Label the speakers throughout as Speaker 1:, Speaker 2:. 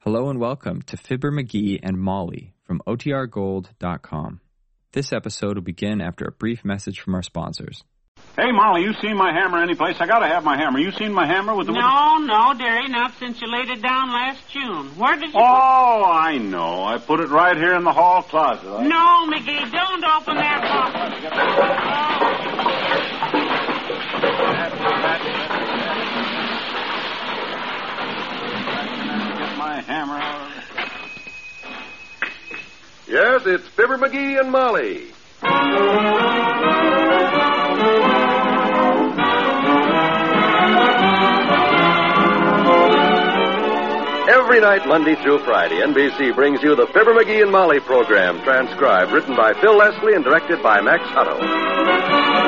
Speaker 1: Hello and welcome to Fibber McGee and Molly from OTRGold.com. This episode will begin after a brief message from our sponsors.
Speaker 2: Hey, Molly, you seen my hammer anyplace? I gotta have my hammer. You seen my hammer with the...
Speaker 3: No, no, there ain't enough since you laid it down last June. Where did you...
Speaker 2: Oh, I know. I put it right here in the hall closet. I...
Speaker 3: No, McGee, don't open that box.
Speaker 2: Get my hammer out of it.
Speaker 4: Yes, it's Fibber McGee and Molly. Every night, Monday through Friday, NBC brings you the Fibber McGee and Molly program, transcribed, written by Phil Leslie and directed by Max Hutto.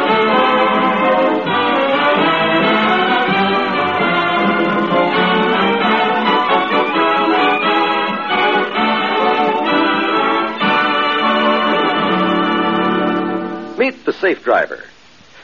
Speaker 4: Meet the safe driver.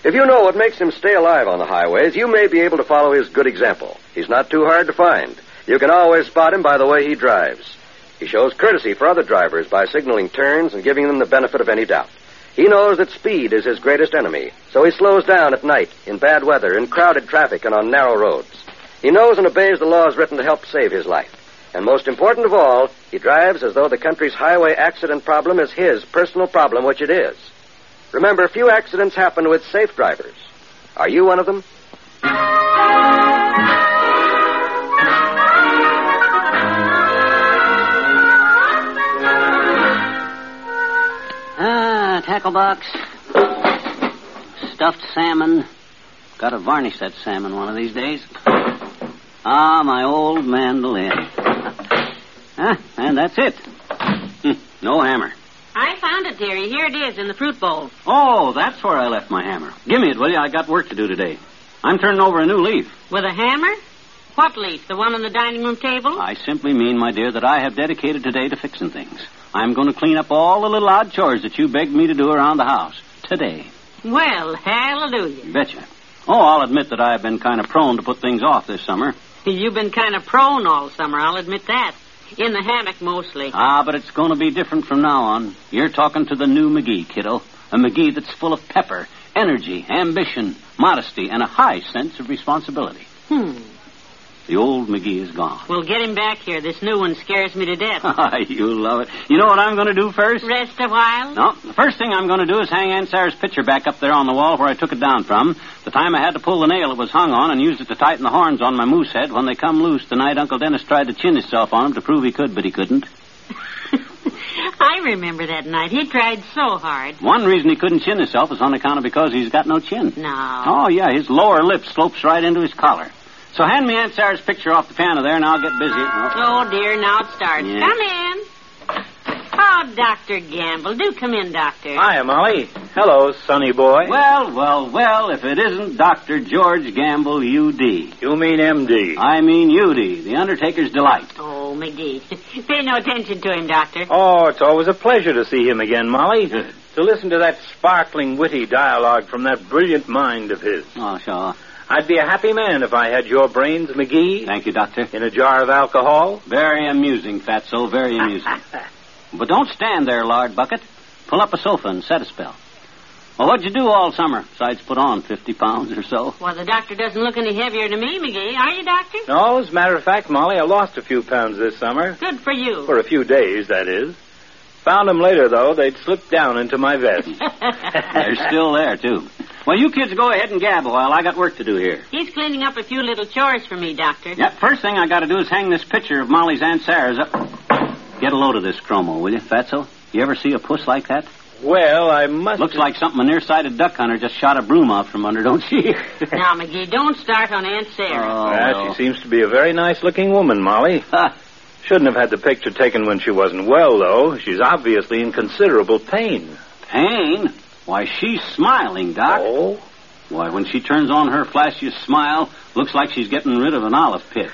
Speaker 4: If you know what makes him stay alive on the highways, you may be able to follow his good example. He's not too hard to find. You can always spot him by the way he drives. He shows courtesy for other drivers by signaling turns and giving them the benefit of any doubt. He knows that speed is his greatest enemy, so he slows down at night, in bad weather, in crowded traffic, and on narrow roads. He knows and obeys the laws written to help save his life. And most important of all, he drives as though the country's highway accident problem is his personal problem, which it is. Remember, few accidents happen with safe drivers. Are you one of them?
Speaker 5: Ah, tackle box. Stuffed salmon. Gotta varnish that salmon one of these days. Ah, my old mandolin. Ah, and that's it. Hmm, No hammer.
Speaker 3: I found it, dearie. Here it is in the fruit bowl.
Speaker 5: Oh, that's where I left my hammer. Give me it, will you? I got work to do today. I'm turning over a new leaf.
Speaker 3: With a hammer? What leaf? The one on the dining room table?
Speaker 5: I simply mean, my dear, that I have dedicated today to fixing things. I'm going to clean up all the little odd chores that you begged me to do around the house. Today.
Speaker 3: Well, hallelujah.
Speaker 5: Betcha. Oh, I'll admit that I've been kind of prone to put things off this summer.
Speaker 3: You've been kind of prone all summer, I'll admit that. In the hammock, mostly.
Speaker 5: Ah, but it's going to be different from now on. You're talking to the new McGee, kiddo. A McGee that's full of pepper, energy, ambition, modesty, and a high sense of responsibility.
Speaker 3: Hmm.
Speaker 5: The old McGee is gone.
Speaker 3: Well, get him back here. This new one scares me to
Speaker 5: Uh.
Speaker 3: death.
Speaker 5: you love it. You know what I'm going to do first?
Speaker 3: Rest a while?
Speaker 5: No, the first thing I'm going to do is hang Aunt Sarah's picture back up there on the wall where I took it down from. The time I had to pull the nail it was hung on and used it to tighten the horns on my moose head when they come loose the night Uncle Dennis tried to chin himself on 'em to prove he could, but he couldn't.
Speaker 3: I remember that night. He tried so hard.
Speaker 5: One reason he couldn't chin himself is on account of because he's got no chin.
Speaker 3: No.
Speaker 5: Oh, yeah, his lower lip slopes right into his collar. So hand me Aunt Sarah's picture off the piano there, and I'll get busy. Oh,
Speaker 3: Oh, dear, now it starts.
Speaker 5: Yeah.
Speaker 3: Come in. Oh, Dr. Gamble. Do come in, Doctor.
Speaker 6: Hi, Molly. Hello, sonny boy.
Speaker 5: Well, well, well, if it isn't Dr. George Gamble, UD.
Speaker 6: You mean MD?
Speaker 5: I mean UD, the Undertaker's Delight.
Speaker 3: Oh, McGee. Pay no attention to him, Doctor.
Speaker 6: Oh, it's always a pleasure to see him again, Molly. to listen to that sparkling, witty dialogue from that brilliant mind of his.
Speaker 5: Oh, sure.
Speaker 6: I'd be a happy man if I had your brains, McGee,
Speaker 5: Thank you, Doctor.
Speaker 6: in a jar of alcohol.
Speaker 5: Very amusing, Fatso, very amusing. but don't stand there, lard bucket. Pull up a sofa and set a spell. Well, what'd you do all summer besides put on 50 pounds or so?
Speaker 3: Well, the doctor doesn't look any heavier to me, McGee. Are you, Doctor?
Speaker 6: No, as a matter of fact, Molly, I lost a few pounds this summer.
Speaker 3: Good for you.
Speaker 6: For a few days, that is. Found 'em later, though. They'd slipped down into my vest.
Speaker 5: They're still there, too. Well, you kids go ahead and gab a while. I got work to do here.
Speaker 3: He's cleaning up a few little chores for me, Doctor.
Speaker 5: Yep, first thing I got to do is hang this picture of Molly's Aunt Sarah's up. Get a load of this chromo, will you, Fatso? You ever see a puss like that?
Speaker 6: well, I must.
Speaker 5: Looks like something a nearsighted duck hunter just shot a broom out from under, don't she?
Speaker 3: Now, McGee, don't start on Aunt Sarah.
Speaker 5: Oh,
Speaker 6: Ah,
Speaker 5: well.
Speaker 6: She seems to be a very nice-looking woman, Molly.
Speaker 5: Ha.
Speaker 6: Shouldn't have had the picture taken when she wasn't well, though. She's obviously in considerable pain.
Speaker 5: Pain? Why, she's smiling, Doc.
Speaker 6: Oh?
Speaker 5: Why, when she turns on her flashiest smile, looks like she's getting rid of an olive pit.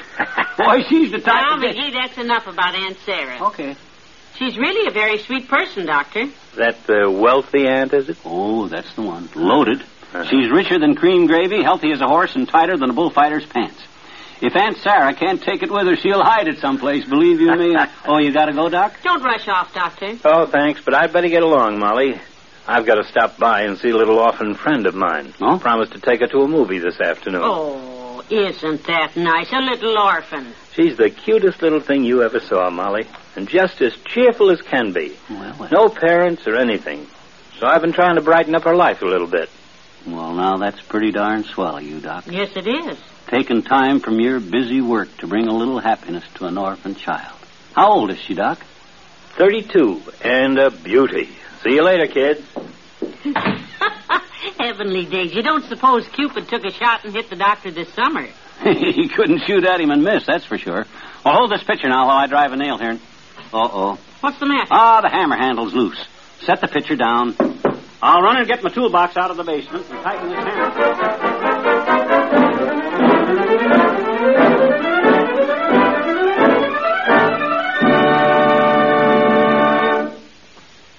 Speaker 5: Boy, she's the type
Speaker 3: now,
Speaker 5: of...
Speaker 3: McGee, that's enough about Aunt Sarah.
Speaker 5: Okay.
Speaker 3: She's really a very sweet person, Doctor.
Speaker 6: That uh, wealthy aunt, is it?
Speaker 5: Oh, that's the Uh-huh. one. Loaded. She's richer than cream gravy, healthy as a horse, and tighter than a bullfighter's pants. If Aunt Sarah can't take it with her, she'll hide it someplace, believe you me. oh, you gotta go, Doc?
Speaker 3: Don't rush off, Doctor.
Speaker 6: Oh, thanks, but I'd better get along, Molly. I've got to stop by and see a little orphan friend of mine.
Speaker 5: Oh?
Speaker 6: Promised to take her to a movie this afternoon.
Speaker 3: Oh, isn't that nice? A little orphan.
Speaker 6: She's the cutest little thing you ever saw, Molly, and just as cheerful as can be.
Speaker 5: Well, well.
Speaker 6: No parents or anything. So I've been trying to brighten up her life a little bit.
Speaker 5: Well, now that's pretty darn swell of you, Doc.
Speaker 3: Yes, it is.
Speaker 5: Taking time from your busy work to bring a little happiness to an orphan child. How old is she, Doc?
Speaker 6: 32, and a beauty. See you later, kid.
Speaker 3: Heavenly days. You don't suppose Cupid took a shot and hit the doctor this summer?
Speaker 5: he couldn't shoot at him and miss, that's for sure. Well, hold this picture now while I drive a nail here. Uh-oh.
Speaker 3: What's the matter?
Speaker 5: Ah, the hammer handle's loose. Set the pitcher down. I'll run and get my toolbox out of the basement and tighten this hammer.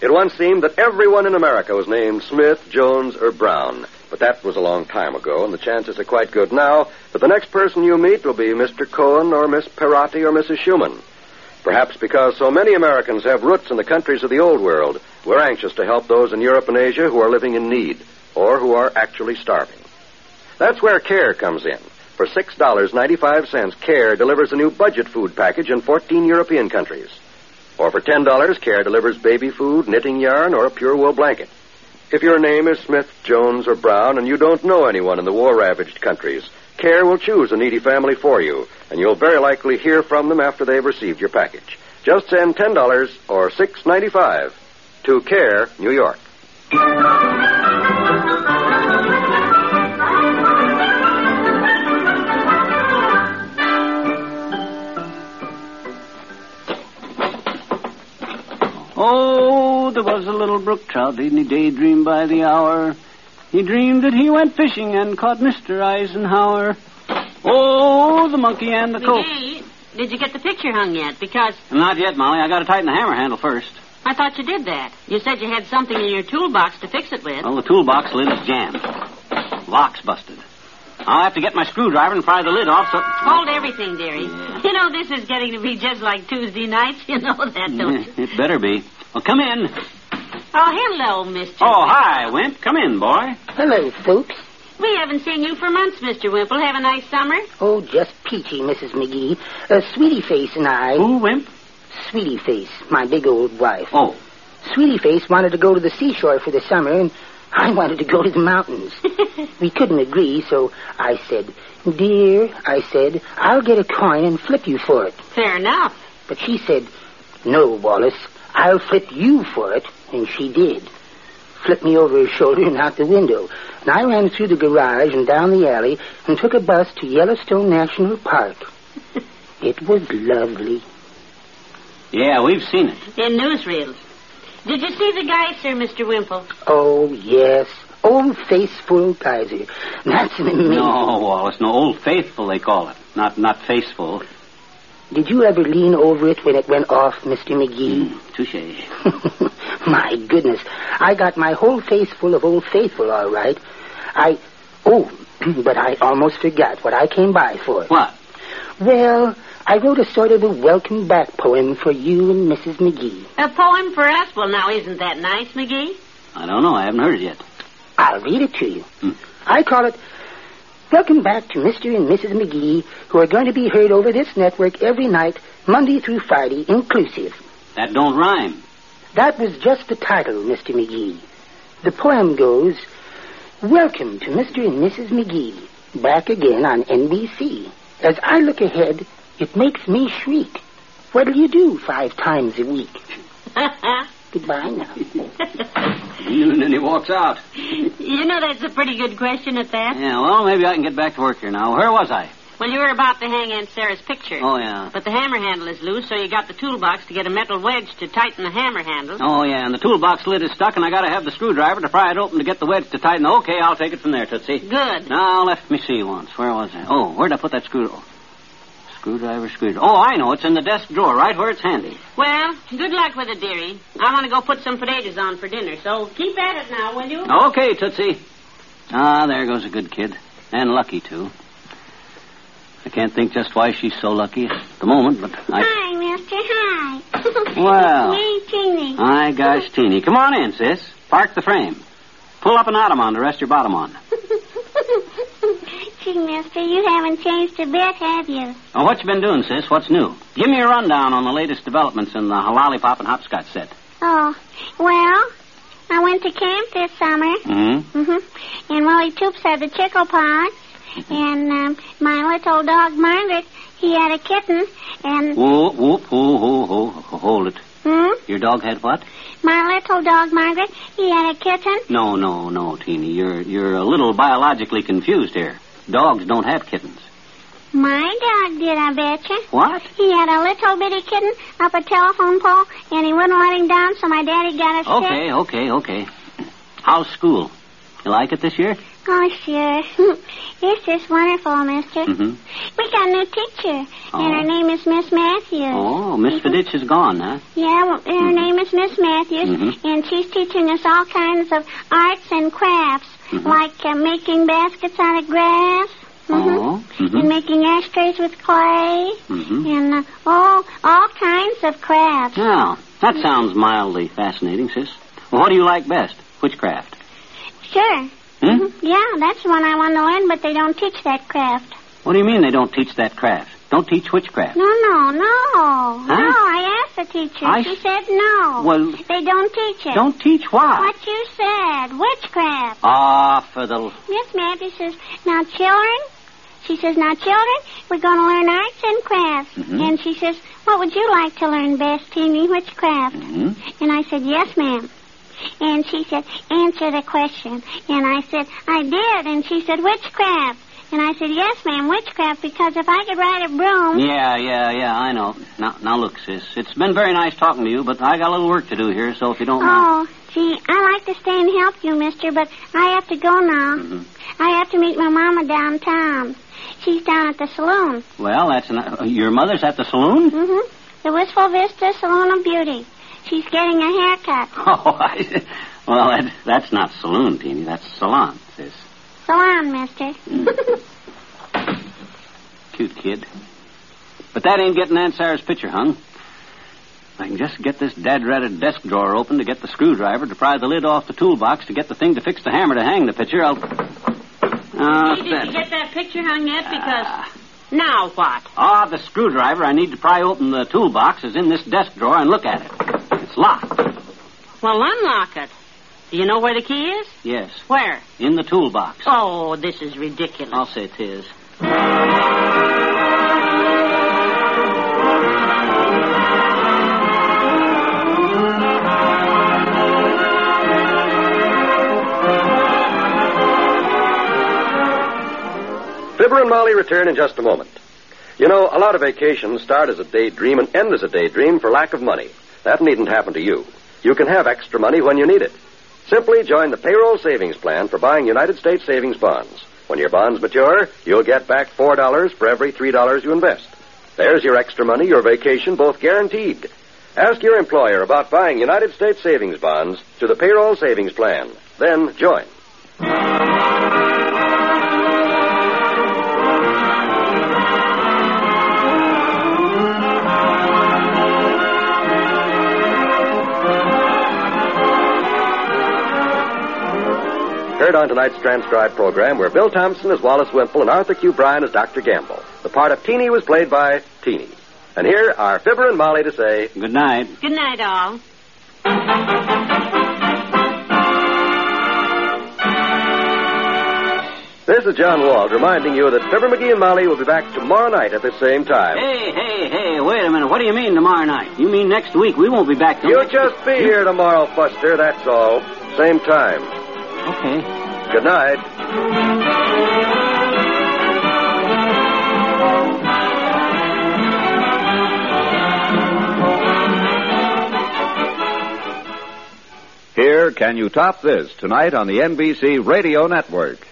Speaker 4: It once seemed that everyone in America was named Smith, Jones, or Brown. But that was a long time ago, and the chances are quite good now that the next person you meet will be Mr. Cohen or Miss Perotti or Mrs. Schumann. Perhaps because so many Americans have roots in the countries of the Old World, we're anxious to help those in Europe and Asia who are living in need or who are actually starving. That's where CARE comes in. For $6.95, CARE delivers a new budget food package in 14 European countries. Or for $10, CARE delivers baby food, knitting yarn, or a pure wool blanket. If your name is Smith, Jones, or Brown, and you don't know anyone in the war ravaged countries, CARE will choose a needy family for you, and you'll very likely hear from them after they've received your package. Just send $10 or $6.95 to CARE, New York.
Speaker 5: Oh, there was a little brook trout, didn't he daydream by the hour? He dreamed that he went fishing and caught Mr. Eisenhower. Oh, the monkey and the colt.
Speaker 3: McGee, did you get the picture hung yet? Because
Speaker 5: Not yet, Molly. I gotta tighten the hammer handle first.
Speaker 3: I thought you did that. You said you had something in your toolbox to fix it with.
Speaker 5: Well, the toolbox lid is jammed. Lock's busted. I'll have to get my screwdriver and pry the lid off so.
Speaker 3: Hold everything, dearie. You know, this is getting to be just like Tuesday nights. You know that, don't you?
Speaker 5: It better be. Well, come in.
Speaker 3: Oh, hello, Mr.
Speaker 5: Oh, hi, Wimp. Come in, boy.
Speaker 7: Hello, folks.
Speaker 3: We haven't seen you for months, Mr. Wimple. Have a nice summer.
Speaker 7: Oh, just peachy, Mrs. McGee. Uh, Sweetie Face and I.
Speaker 5: Who, Wimp?
Speaker 7: Sweetie Face, my big old wife.
Speaker 5: Oh,
Speaker 7: Sweetie Face wanted to go to the seashore for the summer, and I wanted to go to the mountains. we couldn't agree, so I said, Dear, I said, I'll get a coin and flip you for it.
Speaker 3: Fair enough.
Speaker 7: But she said, No, Wallace, I'll flip you for it. And she did. Flipped me over her shoulder and out the window. And I ran through the garage and down the alley and took a bus to Yellowstone National Park. it was lovely.
Speaker 5: yeah, we've seen it.
Speaker 3: In newsreels. Did you see the geyser, Mr. Wimple?
Speaker 7: Oh, yes. Old Faithful Kaiser. That's an amazing.
Speaker 5: No, Wallace, no. Old Faithful, they call it. Not not Faceful.
Speaker 7: Did you ever lean over it when it went off, Mr. McGee?
Speaker 5: Touche.
Speaker 7: my goodness. I got my whole face full of Old Faithful, all right. I. Oh, but I almost forgot what I came by for.
Speaker 5: What?
Speaker 7: Well, I wrote a sort of a welcome back poem for you and Mrs. McGee.
Speaker 3: A poem for us? Well, now, isn't that nice, McGee?
Speaker 5: I don't know. I haven't heard it yet.
Speaker 7: I'll read it to you.
Speaker 5: Hmm.
Speaker 7: I call it Welcome Back to Mr. and Mrs. McGee, who are going to be heard over this network every night, Monday through Friday, inclusive.
Speaker 5: That don't rhyme.
Speaker 7: That was just the title, Mr. McGee. The poem goes Welcome to Mr. and Mrs. McGee, back again on NBC. As I look ahead, it makes me shriek. What'll you do five times a week? Goodbye now.
Speaker 5: And then he walks out.
Speaker 3: you know, that's a pretty good question at that.
Speaker 5: Yeah, well, maybe I can get back to work here now. Where was I?
Speaker 3: Well, you were about to hang Aunt Sarah's picture.
Speaker 5: Oh, yeah.
Speaker 3: But the hammer handle is loose, so you got the toolbox to get a metal wedge to tighten the hammer handle.
Speaker 5: Oh, yeah, and the toolbox lid is stuck, and I gotta have the screwdriver to pry it open to get the wedge to tighten. Okay, I'll take it from there, Tootsie.
Speaker 3: Good.
Speaker 5: Now, let me see once. Where was I? Oh, where'd I put that screw? Screwdriver, screwdriver. Oh, I know. It's in the desk drawer, right where it's handy.
Speaker 3: Well, good luck with it, dearie. I want to go put some potatoes on for dinner, so keep at it now, will you?
Speaker 5: Oh, Okay, Tootsie. Ah, there goes a good kid. And lucky, too. I can't think just why she's so lucky at the moment, but I.
Speaker 8: Hi, mister. Hi.
Speaker 5: Well.
Speaker 8: It's me, Teeny.
Speaker 5: My gosh, Teeny. Come on in, sis. Park the frame. Pull up an ottoman to rest your bottom on.
Speaker 8: Gee, mister, you haven't changed a bit, have you?
Speaker 5: Now, what you been doing, sis? What's new? Give me a rundown on the latest developments in the lollipop and hopscotch set.
Speaker 8: Oh, well, I went to camp this summer.
Speaker 5: Mm-hmm.
Speaker 8: Mm-hmm. And Willie Toops had the chickle pox. And um, my little dog, Margaret, he had a kitten. And,
Speaker 5: Whoop, whoop, whoop, whoop, whoop, hold it.
Speaker 8: hmm?
Speaker 5: Your dog had what?
Speaker 8: My little dog, Margaret, he had a kitten.
Speaker 5: No, no, no, Teeny. You're you're a little biologically confused here. Dogs don't have kittens.
Speaker 8: My dog did, I betcha.
Speaker 5: What?
Speaker 8: He had a little bitty kitten up a telephone pole, and he wouldn't let him down, so my daddy got a stick.
Speaker 5: Okay, okay, okay. How's school? You like it this year?
Speaker 8: Oh, sure. it's just wonderful, mister.
Speaker 5: Mm-hmm.
Speaker 8: We got a new teacher, and
Speaker 5: Oh.
Speaker 8: her name is Miss Matthews.
Speaker 5: Oh, Mm-hmm. Miss Fiditch is gone, huh?
Speaker 8: Yeah, well, her name is Miss Matthews,
Speaker 5: Mhm.
Speaker 8: and she's teaching us all kinds of arts and crafts,
Speaker 5: Mhm.
Speaker 8: like uh, making baskets out of grass. mhm,
Speaker 5: Oh.
Speaker 8: And
Speaker 5: Mm-hmm.
Speaker 8: making ashtrays with clay,
Speaker 5: Mm-hmm.
Speaker 8: and uh, all all kinds of crafts.
Speaker 5: Now, that sounds mildly fascinating, sis. Well, what do you like best? Witchcraft.
Speaker 8: Sure.
Speaker 5: Hmm?
Speaker 8: Yeah, that's the one I want to learn, but they don't teach that craft.
Speaker 5: What do you mean they don't teach that craft? Don't teach witchcraft.
Speaker 8: No, no, no.
Speaker 5: Huh?
Speaker 8: No, I asked the teacher.
Speaker 5: I-
Speaker 8: She said no.
Speaker 5: Well-
Speaker 8: they don't teach it.
Speaker 5: Don't teach what?
Speaker 8: What you said, witchcraft.
Speaker 5: Ah, for the
Speaker 8: Miss Matthew says, now children, she says, now children, we're going to learn arts and crafts.
Speaker 5: Mhm.
Speaker 8: And she says, what would you like to learn best, Teeny? Witchcraft.
Speaker 5: Mhm.
Speaker 8: And I said, yes, ma'am. And she said, answer the question. And I said, I did. And she said, witchcraft. And I said, yes, ma'am, witchcraft, because if I could ride a broom,
Speaker 5: Yeah, yeah, yeah, I know. Now, now look, sis, it's been very nice talking to you, but I got a little work to do here, so if you don't mind.
Speaker 8: Oh, gee, I like to stay and help you, mister, but I have to go now.
Speaker 5: Mhm.
Speaker 8: I have to meet my mama downtown. She's down at the saloon.
Speaker 5: Well, that's an, uh, your mother's at the saloon.
Speaker 8: Mm-hmm. The Wistful Vista Saloon of Beauty. She's getting a haircut.
Speaker 5: Oh, I, well, that, that's not saloon, Teeny. That's salon, sis.
Speaker 8: Salon, mister.
Speaker 5: Cute kid. But that ain't getting Aunt Sarah's picture hung. If I can just get this dad-ratted desk drawer open to get the screwdriver to pry the lid off the toolbox to get the thing to fix the hammer to hang the picture. I'll. Ah,
Speaker 3: Hey, did
Speaker 5: that's-
Speaker 3: you get that picture hung yet? Because
Speaker 5: Ah.
Speaker 3: now what?
Speaker 5: Ah, the screwdriver I need to pry open the toolbox is in this desk drawer and look at it. It's locked.
Speaker 3: Well, unlock it. Do you know where the key is?
Speaker 5: Yes,
Speaker 3: Where?
Speaker 5: in the toolbox.
Speaker 3: Oh, this is ridiculous.
Speaker 5: I'll say it is.
Speaker 4: Fibber and Molly return in just a moment. You know, a lot of vacations start as a daydream and end as a daydream for lack of money. That needn't happen to you. You can have extra money when you need it. Simply join the payroll savings plan for buying United States savings bonds. When your bonds mature, you'll get back $4 for every $3 you invest. There's your extra money, your vacation, both guaranteed. Ask your employer about buying United States savings bonds through the payroll savings plan. Then join. Heard on tonight's transcribed program were Bill Thompson as Wallace Wimple and Arthur Q. Bryan as Dr. Gamble. The part of Teeny was played by Teeny. And here are Fibber and Molly to say,
Speaker 5: Good night.
Speaker 3: Good night, all.
Speaker 4: This is John Wald reminding you that Fibber McGee and Molly will be back tomorrow night at the same time.
Speaker 5: Hey, hey, hey, wait a minute. What do you mean tomorrow night? You mean next week? We won't be back till
Speaker 4: You'll
Speaker 5: next-
Speaker 4: just be here tomorrow, Buster, that's all. Same time.
Speaker 5: Okay.
Speaker 4: Good night.
Speaker 9: Here, can you top this tonight on the NBC Radio Network?